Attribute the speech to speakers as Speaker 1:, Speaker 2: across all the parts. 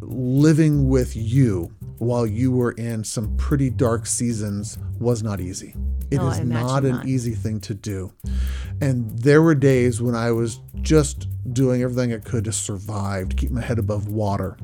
Speaker 1: living with you while you were in some pretty dark seasons was not easy. It is
Speaker 2: No, Oh, I imagine
Speaker 1: not an
Speaker 2: not.
Speaker 1: easy thing to do. And there were days when I was just doing everything I could to survive, to keep my head above water.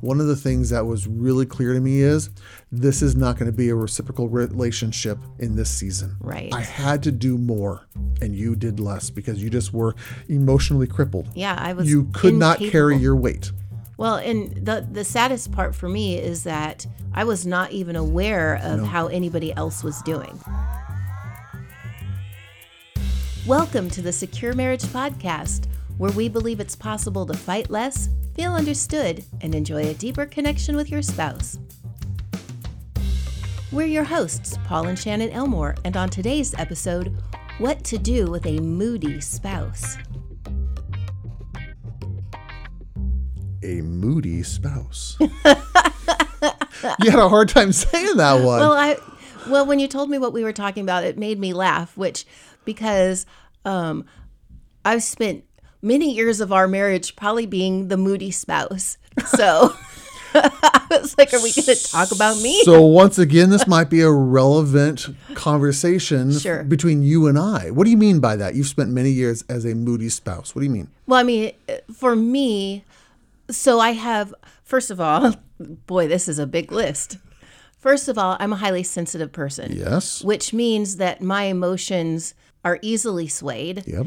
Speaker 1: One of the things that was really clear to me is this is not going to be a reciprocal relationship in this season.
Speaker 2: Right.
Speaker 1: I had to do more and you did less because you just were emotionally crippled.
Speaker 2: yeah, I was.
Speaker 1: You could not carry
Speaker 2: incapable.
Speaker 1: your weight.
Speaker 2: Well, and the the saddest part for me is that I was not even aware of how anybody else was doing. Welcome to the Secure Marriage Podcast, where we believe it's possible to fight less, feel understood, and enjoy a deeper connection with your spouse. We're your hosts, Paul and Shannon Elmore, and on today's episode, what to do with a moody spouse.
Speaker 1: A moody spouse. you had a hard time saying that one.
Speaker 2: Well, I well, when you told me what we were talking about, it made me laugh, which because um I've spent many years of our marriage probably being the moody spouse. So I was like, are we going to talk about me?
Speaker 1: so once again, this might be a relevant conversation
Speaker 2: Sure.
Speaker 1: between you and I. What do you mean by that? You've spent many years as a moody spouse. What do you mean?
Speaker 2: Well, I mean, for me, so I have, first of all, boy, this is a big list. First of all, I'm a highly sensitive person,
Speaker 1: Yes.
Speaker 2: which means that my emotions are easily swayed.
Speaker 1: Yep.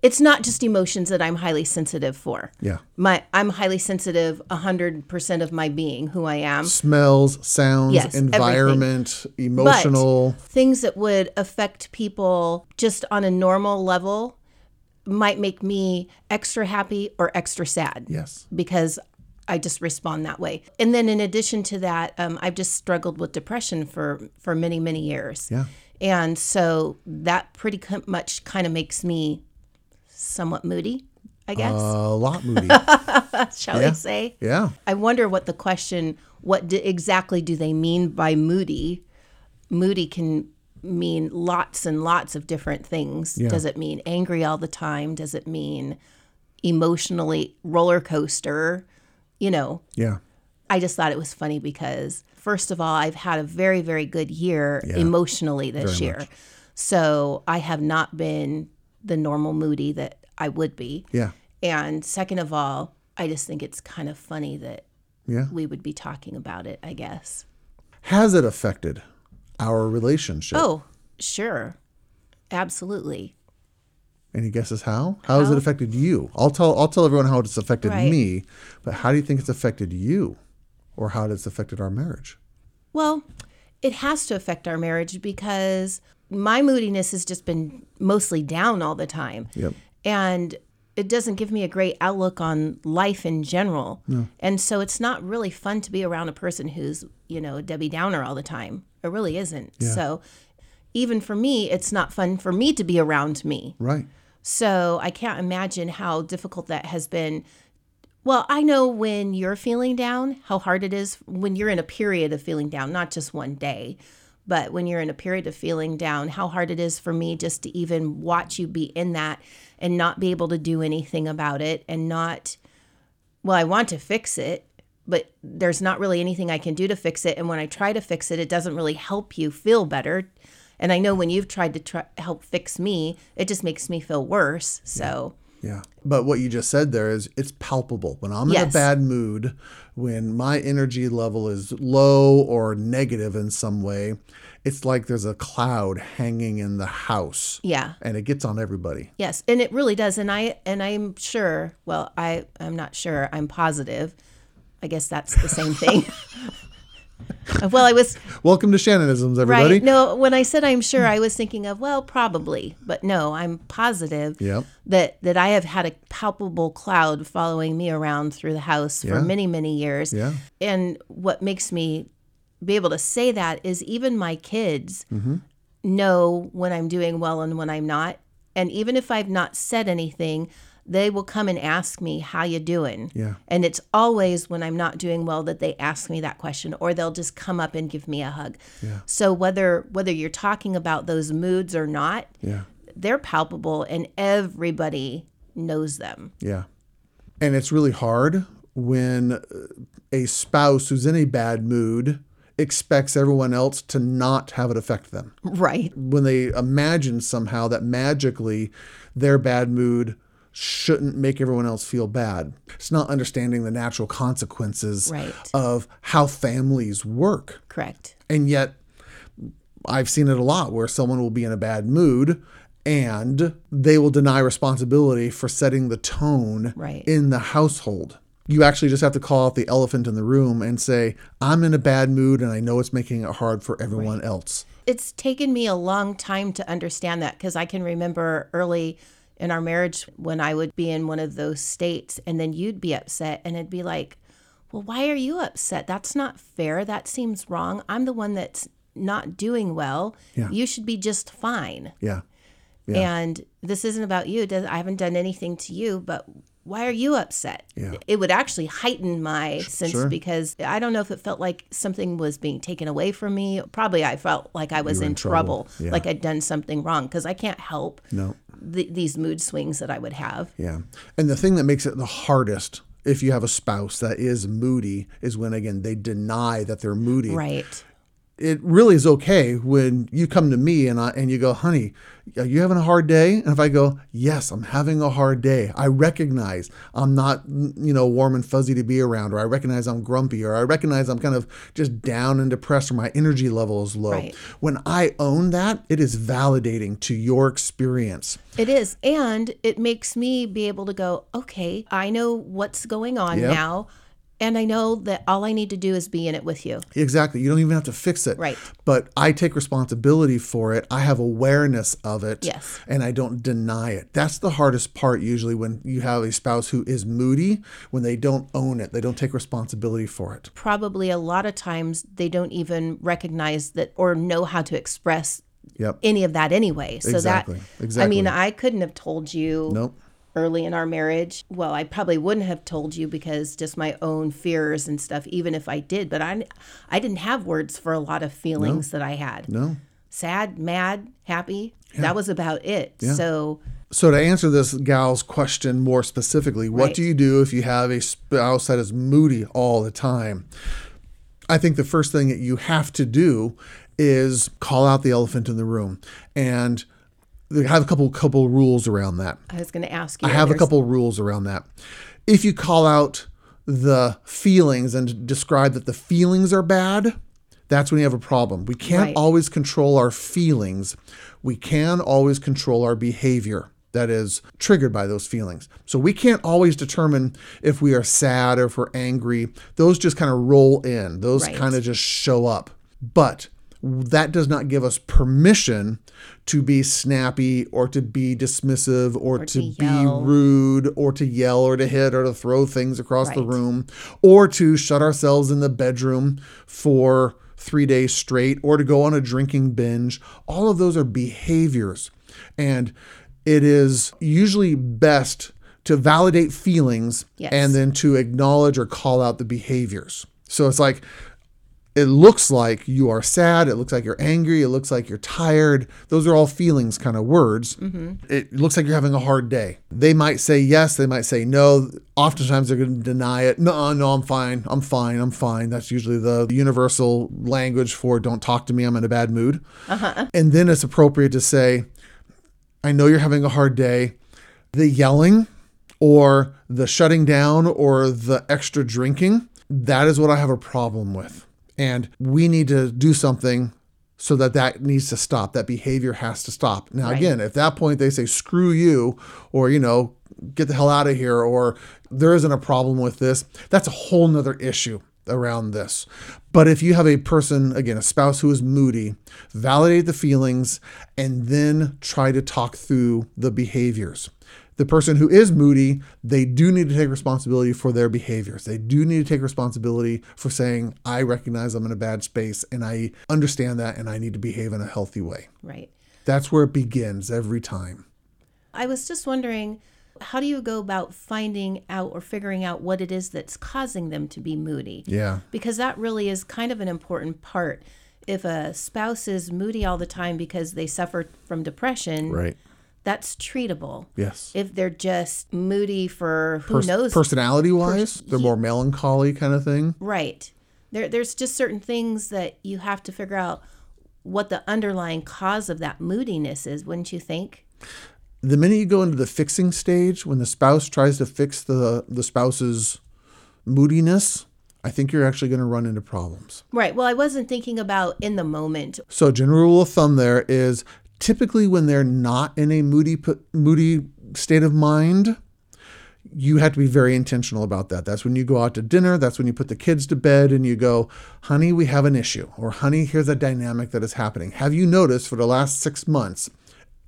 Speaker 2: It's not just emotions that I'm highly sensitive for.
Speaker 1: Yeah.
Speaker 2: my I'm highly sensitive 100% of my being who I am.
Speaker 1: Smells, sounds,
Speaker 2: Yes, everything.
Speaker 1: environment, emotional.
Speaker 2: Things that would affect people just on a normal level might make me extra happy or extra sad
Speaker 1: yes.
Speaker 2: because I just respond that way. And then in addition to that, um, I've just struggled with depression for for many many years.
Speaker 1: Yeah.
Speaker 2: And so that pretty co- much kind of makes me somewhat moody, I guess,
Speaker 1: A lot moody.
Speaker 2: shall
Speaker 1: Uh, yeah.
Speaker 2: we say?
Speaker 1: yeah.
Speaker 2: I wonder what the question, what do, exactly do they mean by moody? Moody can mean lots and lots of different things. Does it mean angry all the time? Does it mean emotionally roller coaster? You know,
Speaker 1: Yeah.
Speaker 2: I just thought it was funny because, first of all, I've had a very, very good year emotionally this year. So I have not been the normal moody that I would be.
Speaker 1: Yeah.
Speaker 2: And second of all, I just think it's kind of funny that
Speaker 1: Yeah.
Speaker 2: we would be talking about it, I guess.
Speaker 1: Has it affected our relationship?
Speaker 2: Oh, sure. Absolutely.
Speaker 1: Any guesses how? How has it affected you? I'll tell I'll tell everyone how it's affected
Speaker 2: Right.
Speaker 1: me, but how do you think it's affected you? Or how it's affected our marriage?
Speaker 2: Well, it has to affect our marriage because my moodiness has just been mostly down all the time.
Speaker 1: Yep.
Speaker 2: And it doesn't give me a great outlook on life in general. And so it's not really fun to be around a person who's, you know, Debbie Downer all the time. It really isn't. So even for me, it's not fun for me to be around me.
Speaker 1: Right.
Speaker 2: So I can't imagine how difficult that has been. Well, I know when you're feeling down, how hard it is when you're in a period of feeling down, not just one day, but when you're in a period of feeling down, how hard it is for me just to even watch you be in that and not be able to do anything about it and not, well, I want to fix it, but there's not really anything I can do to fix it. And when I try to fix it, it doesn't really help you feel better. And I know when you've tried to try, help fix me, it just makes me feel worse. So,
Speaker 1: Yeah. But what you just said there is it's palpable. When I'm in a
Speaker 2: Yes.
Speaker 1: bad mood, when my energy level is low or negative in some way, it's like there's a cloud hanging in the house
Speaker 2: yeah.
Speaker 1: and it gets on everybody.
Speaker 2: Yes, and it really does. And I and I'm sure. Well, I I'm not sure. I'm positive. I guess that's the same thing. well, I was
Speaker 1: Welcome to Shannonisms, everybody.
Speaker 2: right. No, when I said I'm sure, I was thinking of well, probably, but no, I'm positive
Speaker 1: Yep.
Speaker 2: that that I have had a palpable cloud following me around through the house for
Speaker 1: Yeah.
Speaker 2: many many years.
Speaker 1: Yeah.
Speaker 2: And what makes me be able to say that is even my kids
Speaker 1: Mm-hmm.
Speaker 2: know when I'm doing well and when I'm not. And even if I've not said anything, they will come and ask me, "How you doing?"
Speaker 1: Yeah.
Speaker 2: And it's always when I'm not doing well that they ask me that question or they'll just come up and give me a hug.
Speaker 1: Yeah.
Speaker 2: So whether whether you're talking about those moods or not,
Speaker 1: Yeah.
Speaker 2: they're palpable and everybody knows them.
Speaker 1: Yeah. And it's really hard when uh, a spouse who's in a bad mood expects everyone else to not have it affect them.
Speaker 2: Right.
Speaker 1: When they imagine somehow that magically their bad mood shouldn't make everyone else feel bad. It's not understanding the natural consequences
Speaker 2: Right.
Speaker 1: of how families work.
Speaker 2: Correct.
Speaker 1: And yet, I've seen it a lot where someone will be in a bad mood and they will deny responsibility for setting the tone
Speaker 2: Right.
Speaker 1: in the household. You actually just have to call out the elephant in the room and say, I'm in a bad mood and I know it's making it hard for everyone else.
Speaker 2: It's taken me a long time to understand that because I can remember early in our marriage when I would be in one of those states and then you'd be upset and it'd be like, well, why are you upset? That's not fair. That seems wrong. I'm the one that's not doing well.
Speaker 1: Yeah.
Speaker 2: You should be just fine.
Speaker 1: Yeah.
Speaker 2: And this isn't about you. It doesn't- I haven't done anything to you, but why are you upset?
Speaker 1: Yeah.
Speaker 2: It would actually heighten my sense because I don't know if it felt like something was being taken away from me. Probably I felt like I was in, trouble,
Speaker 1: Yeah.
Speaker 2: like I'd done something wrong because I can't help
Speaker 1: No.
Speaker 2: th- these mood swings that I would have.
Speaker 1: Yeah. And the thing that makes it the hardest if you have a spouse that is moody is when, again, they deny that they're moody.
Speaker 2: Right.
Speaker 1: it really is okay when you come to me and I, and you go, honey, are you having a hard day? And if I go, yes, I'm having a hard day. I recognize I'm not, you know, warm and fuzzy to be around, or I recognize I'm grumpy, or I recognize I'm kind of just down and depressed, or my energy level is low.
Speaker 2: Right.
Speaker 1: When I own that, it is validating to your experience.
Speaker 2: It is. And it makes me be able to go, okay, I know what's going on
Speaker 1: Yep.
Speaker 2: now. And I know that all I need to do is be in it with you.
Speaker 1: Exactly. You don't even have to fix it.
Speaker 2: Right.
Speaker 1: But I take responsibility for it. I have awareness of it.
Speaker 2: Yes.
Speaker 1: And I don't deny it. That's the hardest part usually when you have a spouse who is moody, when they don't own it, they don't take responsibility for it.
Speaker 2: probably a lot of times they don't even recognize that or know how to express
Speaker 1: Yep.
Speaker 2: any of that anyway. So
Speaker 1: Exactly.
Speaker 2: that I
Speaker 1: Exactly.
Speaker 2: mean, I couldn't have told you
Speaker 1: nope.
Speaker 2: early in our marriage. Well, I probably wouldn't have told you because just my own fears and stuff even if I did, but I I didn't have words for a lot of feelings that I had.
Speaker 1: No.
Speaker 2: Sad, mad, happy. That was about it. So
Speaker 1: So to answer this gal's question more specifically, what
Speaker 2: Right.
Speaker 1: do you do if you have a spouse that is moody all the time? I think the first thing that you have to do is call out the elephant in the room and they have a couple couple rules around that.
Speaker 2: I was going to ask you
Speaker 1: I have a
Speaker 2: there's-
Speaker 1: couple rules around that. If you call out the feelings and describe that the feelings are bad, that's when you have a problem. We can't
Speaker 2: Right.
Speaker 1: always control our feelings. We can always control our behavior that is triggered by those feelings. So we can't always determine if we are sad or if we're angry. Those just kind of roll in, those
Speaker 2: Right.
Speaker 1: kind of just show up. But that does not give us permission to be snappy or to be dismissive or, to,
Speaker 2: to
Speaker 1: be
Speaker 2: yell.
Speaker 1: rude or to yell or to hit or to throw things across the
Speaker 2: Right.
Speaker 1: room or to shut ourselves in the bedroom for three days straight or to go on a drinking binge. All of those are behaviors. And it is usually best to validate feelings
Speaker 2: Yes.
Speaker 1: and then to acknowledge or call out the behaviors. So it's like, it looks like you are sad. It looks like you're angry. It looks like you're tired. Those are all feelings kind of words. It looks like you're having a hard day. They might say yes. They might say no. Oftentimes they're going to deny it. No, no, I'm fine. I'm fine. I'm fine. That's usually the universal language for don't talk to me. I'm in a bad mood. And then it's appropriate to say, I know you're having a hard day. The yelling or the shutting down or the extra drinking, that is what I have a problem with. And we need to do something so that that needs to stop. That behavior has to stop. Now, again, at that point, they say, screw you, or, you know, get the hell out of here, or there isn't a problem with this. That's a whole nother issue around this. But if you have a person, again, a spouse who is moody, validate the feelings and then try to talk through the behaviors. The person who is moody, they do need to take responsibility for their behaviors. They do need to take responsibility for saying, I recognize I'm in a bad space and I understand that and I need to behave in a healthy way.
Speaker 2: right.
Speaker 1: That's where it begins every time.
Speaker 2: I was just wondering, how do you go about finding out or figuring out what it is that's causing them to be moody?
Speaker 1: Yeah.
Speaker 2: Because that really is kind of an important part. If a spouse is moody all the time because they suffer from depression,
Speaker 1: Right.
Speaker 2: that's treatable.
Speaker 1: Yes.
Speaker 2: If they're just moody for who
Speaker 1: Pers-
Speaker 2: knows,
Speaker 1: Personality wise, they're more melancholy kind of thing.
Speaker 2: right? There, there's just certain things that you have to figure out what the underlying cause of that moodiness is, wouldn't you think?
Speaker 1: The minute you go into the fixing stage, when the spouse tries to fix the the spouse's moodiness, I think you're actually going to run into problems.
Speaker 2: Right. Well, I wasn't thinking about in the moment.
Speaker 1: So general rule of thumb there is typically when they're not in a moody p- moody state of mind, you have to be very intentional about that. That's when you go out to dinner, that's when you put the kids to bed and you go, "Honey, we have an issue," or "Honey, here's a dynamic that is happening. Have you noticed for the last 6 months,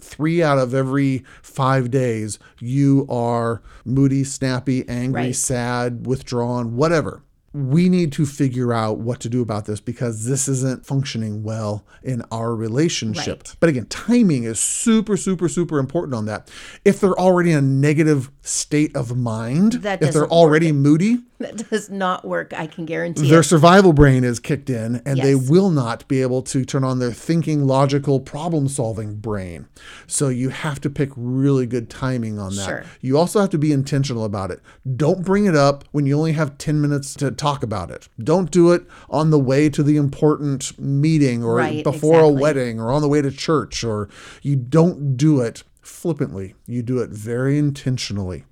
Speaker 1: 3 out of every 5 days you are moody, snappy, angry,
Speaker 2: Right.
Speaker 1: sad, withdrawn, whatever." we need to figure out what to do about this because this isn't functioning well in our relationship.
Speaker 2: Right.
Speaker 1: But again, timing is super, super, super important on that. If they're already in a negative state of mind,
Speaker 2: That
Speaker 1: if they're
Speaker 2: doesn't
Speaker 1: already moody,
Speaker 2: That does not work. I can guarantee
Speaker 1: their
Speaker 2: it.
Speaker 1: survival brain is kicked in and they
Speaker 2: Yes.
Speaker 1: will not be able to turn on their thinking, logical, problem solving brain. So you have to pick really good timing on that.
Speaker 2: Sure.
Speaker 1: You also have to be intentional about it. Don't bring it up when you only have 10 minutes to talk about it. Don't do it on the way to the important meeting or
Speaker 2: Right,
Speaker 1: before a
Speaker 2: exactly.
Speaker 1: wedding or on the way to church or you don't do it flippantly. You do it very intentionally.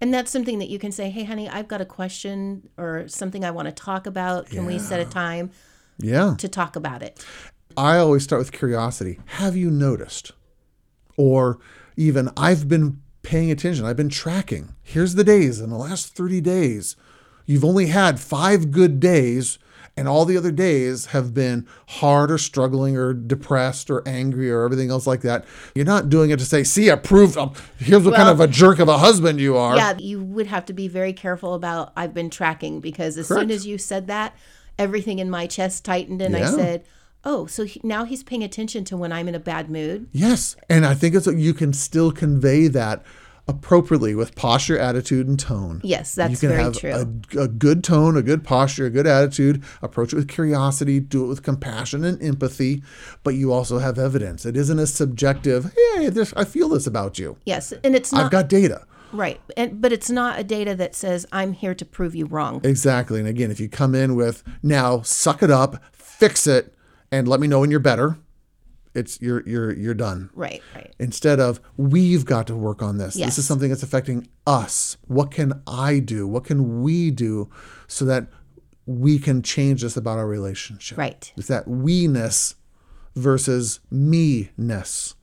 Speaker 2: And that's something that you can say, hey, honey, I've got a question or something I want to talk about. Can we set a time
Speaker 1: Yeah.
Speaker 2: to talk about it?
Speaker 1: I always start with curiosity. Have you noticed? Or even, I've been paying attention, I've been tracking. Here's the days in the last 30 days. You've only had five good days, and all the other days have been hard or struggling or depressed or angry or everything else like that. You're not doing it to say, see, approved. Here's what kind
Speaker 2: Well-
Speaker 1: of a jerk of a husband you are.
Speaker 2: Yeah, you would have to be very careful about I've been tracking because as soon
Speaker 1: Correct.
Speaker 2: as you said that, everything in my chest tightened and I
Speaker 1: Yeah.
Speaker 2: said, "Oh, so he, now he's paying attention to when I'm in a bad mood."
Speaker 1: Yes, and I think it's you can still convey that appropriately with posture, attitude, and tone.
Speaker 2: Yes, that's
Speaker 1: you can
Speaker 2: very
Speaker 1: have
Speaker 2: true.
Speaker 1: A, a good tone, a good posture, a good attitude. Approach it with curiosity. Do it with compassion and empathy. But you also have evidence. It isn't a subjective. Hey, this, I feel this about you.
Speaker 2: Yes, and it's
Speaker 1: I've
Speaker 2: not
Speaker 1: got data.
Speaker 2: right. And but it's not a data that says I'm here to prove you wrong.
Speaker 1: Exactly. And again, if you come in with now, suck it up, fix it, and let me know when you're better. It's you're you're you're done.
Speaker 2: Right, right.
Speaker 1: instead of we've got to work on this. This
Speaker 2: Yes.
Speaker 1: is something that's affecting us. What can I do? What can we do so that we can change this about our relationship?
Speaker 2: Right.
Speaker 1: It's that we-ness versus me-ness.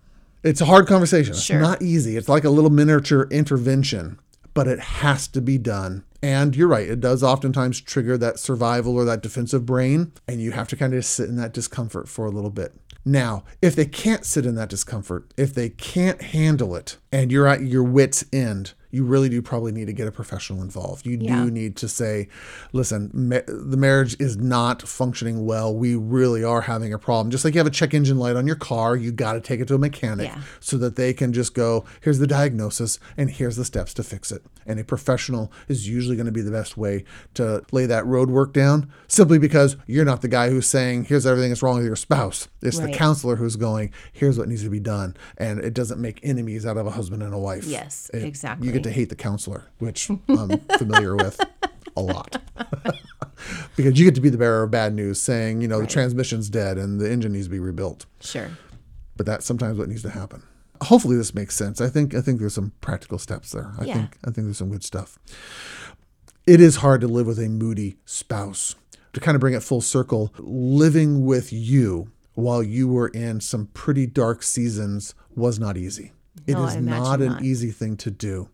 Speaker 1: It's a hard conversation. It's
Speaker 2: Sure.
Speaker 1: not easy. It's like a little miniature intervention, but it has to be done. And you're right, it does oftentimes trigger that survival or that defensive brain, and you have to kind of sit in that discomfort for a little bit. Now, if they can't sit in that discomfort, if they can't handle it, and you're at your wits' end, you really do probably need to get a professional involved. You
Speaker 2: Yeah.
Speaker 1: do need to say, listen, ma- the marriage is not functioning well. We really are having a problem. Just like you have a check engine light on your car, you got to take it to a mechanic
Speaker 2: Yeah.
Speaker 1: so that they can just go, here's the diagnosis and here's the steps to fix it. And a professional is usually going to be the best way to lay that road work down simply because you're not the guy who's saying, here's everything that's wrong with your spouse. It's
Speaker 2: Right.
Speaker 1: the counselor who's going, here's what needs to be done. And it doesn't make enemies out of a husband and a wife.
Speaker 2: Yes,
Speaker 1: It-
Speaker 2: exactly.
Speaker 1: You get to hate the counselor, which I'm familiar with a lot. because you get to be the bearer of bad news saying, you know, the transmission's dead and the engine needs to be rebuilt
Speaker 2: Sure.
Speaker 1: but that's sometimes what needs to happen. Hopefully this makes sense. I think I think there's some practical steps there. I
Speaker 2: Yeah.
Speaker 1: think I think there's some good stuff. It is hard to live with a moody spouse. To kind of bring it full circle, living with you while you were in some pretty dark seasons was not easy. It
Speaker 2: No, I
Speaker 1: is
Speaker 2: imagine
Speaker 1: not an
Speaker 2: not.
Speaker 1: easy thing to do.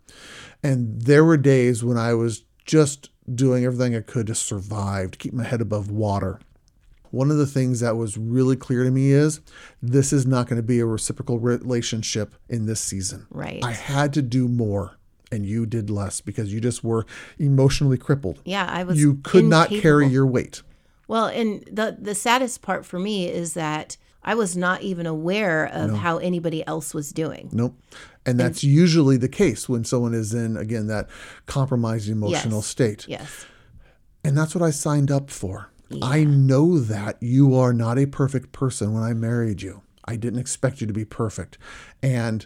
Speaker 1: And there were days when I was just doing everything I could to survive, to keep my head above water one of the things that was really clear to me is this is not going to be a reciprocal relationship in this season.
Speaker 2: Right.
Speaker 1: I had to do more and you did less because you just were emotionally crippled.
Speaker 2: yeah, I was
Speaker 1: You could not carry
Speaker 2: incapable.
Speaker 1: your weight.
Speaker 2: Well, and the the saddest part for me is that I was not even aware of how anybody else was doing.
Speaker 1: Nope. And that's usually the case when someone is in, again, that compromised emotional
Speaker 2: Yes.
Speaker 1: state.
Speaker 2: Yes.
Speaker 1: And that's what I signed up for. I know that you are not a perfect person when I married you. I didn't expect you to be perfect. And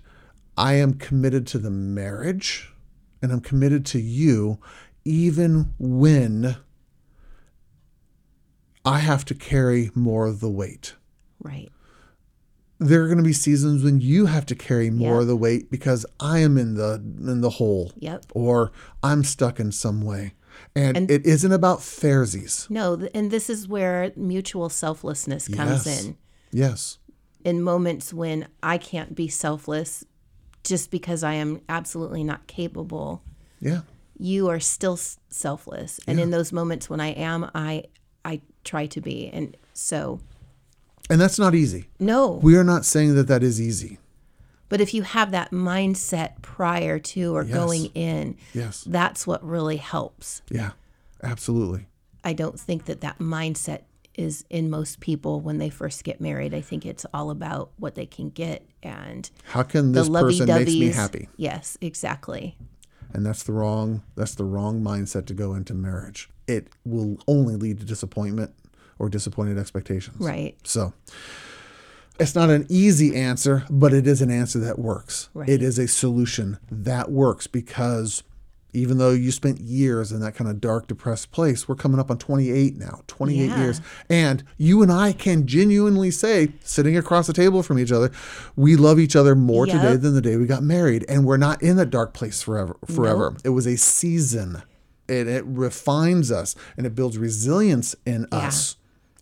Speaker 1: I am committed to the marriage and I'm committed to you, even when I have to carry more of the weight.
Speaker 2: Right.
Speaker 1: There are going to be seasons when you have to carry more
Speaker 2: Yeah.
Speaker 1: of the weight because I am in the in the hole,
Speaker 2: Yep.
Speaker 1: or I'm stuck in some way, and,
Speaker 2: And-
Speaker 1: it isn't about fairsies.
Speaker 2: No, th- and this is where mutual selflessness comes
Speaker 1: Yes.
Speaker 2: in.
Speaker 1: Yes,
Speaker 2: In moments when I can't be selfless just because I am absolutely not capable,
Speaker 1: yeah,
Speaker 2: you are still s- selfless. And in those moments when I am, I I try to be. And so
Speaker 1: and that's not easy.
Speaker 2: no.
Speaker 1: We are not saying that that is easy.
Speaker 2: But if you have that mindset prior to or going in,
Speaker 1: Yes,
Speaker 2: that's what really helps.
Speaker 1: yeah, absolutely.
Speaker 2: I don't think that that mindset is in most people when they first get married. I think it's all about what they can get and
Speaker 1: How can
Speaker 2: the
Speaker 1: this
Speaker 2: lovey
Speaker 1: person makes me
Speaker 2: doveys.
Speaker 1: happy?
Speaker 2: Yes, exactly.
Speaker 1: and that's the wrong that's the wrong mindset to go into marriage it will only lead to disappointment or disappointed expectations
Speaker 2: Right.
Speaker 1: so it's not an easy answer but it is an answer that works
Speaker 2: Right.
Speaker 1: it is a solution that works because even though you spent years in that kind of dark depressed place we're coming up on 28 now 28
Speaker 2: Yeah.
Speaker 1: years and you and i can genuinely say sitting across the table from each other we love each other more
Speaker 2: Yep.
Speaker 1: today than the day we got married and we're not in that dark place forever forever it was a season it, it refines us and it builds resilience in us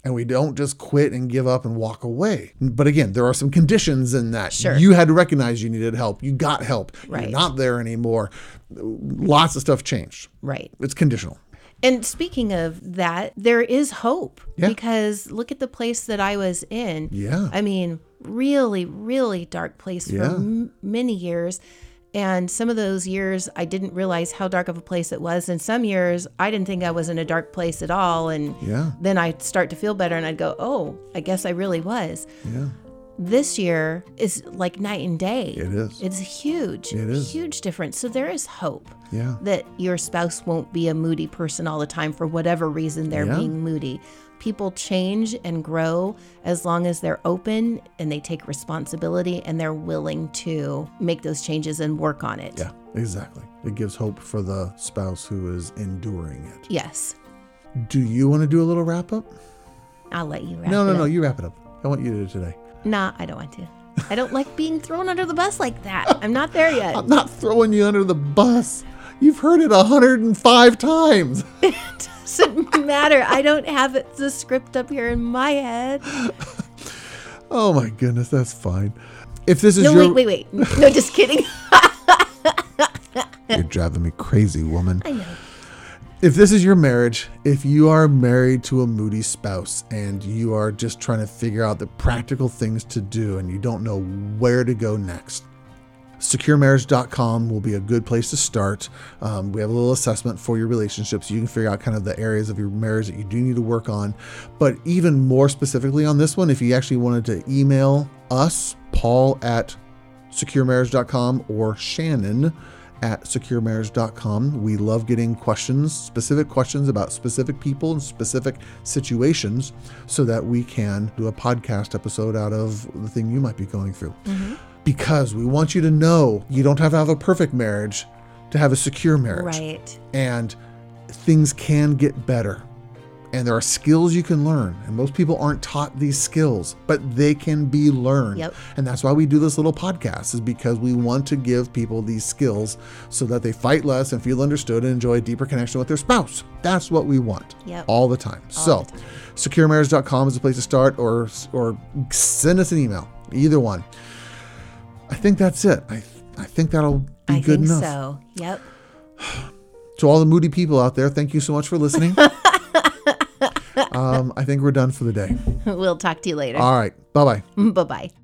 Speaker 1: and we don't just quit and give up and walk away but again there are some conditions in that
Speaker 2: Sure.
Speaker 1: you had to recognize you needed help you got help
Speaker 2: Right.
Speaker 1: you're not there anymore lots of stuff changed
Speaker 2: Right.
Speaker 1: it's conditional
Speaker 2: And speaking of that, there is hope
Speaker 1: Yeah.
Speaker 2: because look at the place that I was in.
Speaker 1: Yeah.
Speaker 2: I mean, really, really dark place for
Speaker 1: Yeah.
Speaker 2: m- many years. And some of those years, I didn't realize how dark of a place it was. And some years, I didn't think I was in a dark place at all. And
Speaker 1: Yeah.
Speaker 2: then I'd start to feel better and I'd go, oh, I guess I really was.
Speaker 1: yeah
Speaker 2: This year is like night and day.
Speaker 1: It is.
Speaker 2: It's huge.
Speaker 1: It is.
Speaker 2: Huge difference. So there is hope
Speaker 1: yeah
Speaker 2: that your spouse won't be a moody person all the time for whatever reason they're
Speaker 1: Yeah.
Speaker 2: being moody. People change and grow as long as they're open and they take responsibility and they're willing to make those changes and work on it.
Speaker 1: yeah exactly it gives hope for the spouse who is enduring it
Speaker 2: Yes.
Speaker 1: do you want to do a little wrap up
Speaker 2: I'll let you wrap
Speaker 1: no
Speaker 2: it
Speaker 1: no
Speaker 2: up.
Speaker 1: no you wrap it up i want you to do it today
Speaker 2: Nah, I don't want to. I don't like being thrown under the bus like that. I'm not there yet.
Speaker 1: I'm not throwing you under the bus. You've heard it 105 times.
Speaker 2: Doesn't matter. I don't have it, the script up here in my head.
Speaker 1: Oh my goodness, that's fine. If this is
Speaker 2: No,
Speaker 1: your,
Speaker 2: wait, wait, wait. No, just kidding.
Speaker 1: you're driving me crazy, woman.
Speaker 2: I know.
Speaker 1: If this is your marriage, if you are married to a moody spouse and you are just trying to figure out the practical things to do and you don't know where to go next, securemarriage.com will be a good place to start. Um, we have a little assessment for your relationships. You can figure out kind of the areas of your marriage that you do need to work on. But even more specifically on this one, if you actually wanted to email us, Paul at securemarriage.com or Shannon at securemarriage.com. We love getting questions, specific questions about specific people and specific situations so that we can do a podcast episode out of the thing you might be going through. Because we want you to know you don't have to have a perfect marriage to have a secure marriage
Speaker 2: Right.
Speaker 1: and things can get better. And there are skills you can learn, and most people aren't taught these skills, but they can be learned.
Speaker 2: Yep.
Speaker 1: And that's why we do this little podcast is because we want to give people these skills so that they fight less and feel understood and enjoy a deeper connection with their spouse. That's what we want
Speaker 2: Yep.
Speaker 1: all the time. so, securemarriage.com is a place to start or or send us an email. Either one. I think that's it. I I think that'll be
Speaker 2: I
Speaker 1: good
Speaker 2: think
Speaker 1: enough.
Speaker 2: so. Yep.
Speaker 1: To all the moody people out there, thank you so much for listening. um, I think we're done for the day.
Speaker 2: we'll talk to you later.
Speaker 1: Uh, All right. Bye bye.
Speaker 2: bye bye.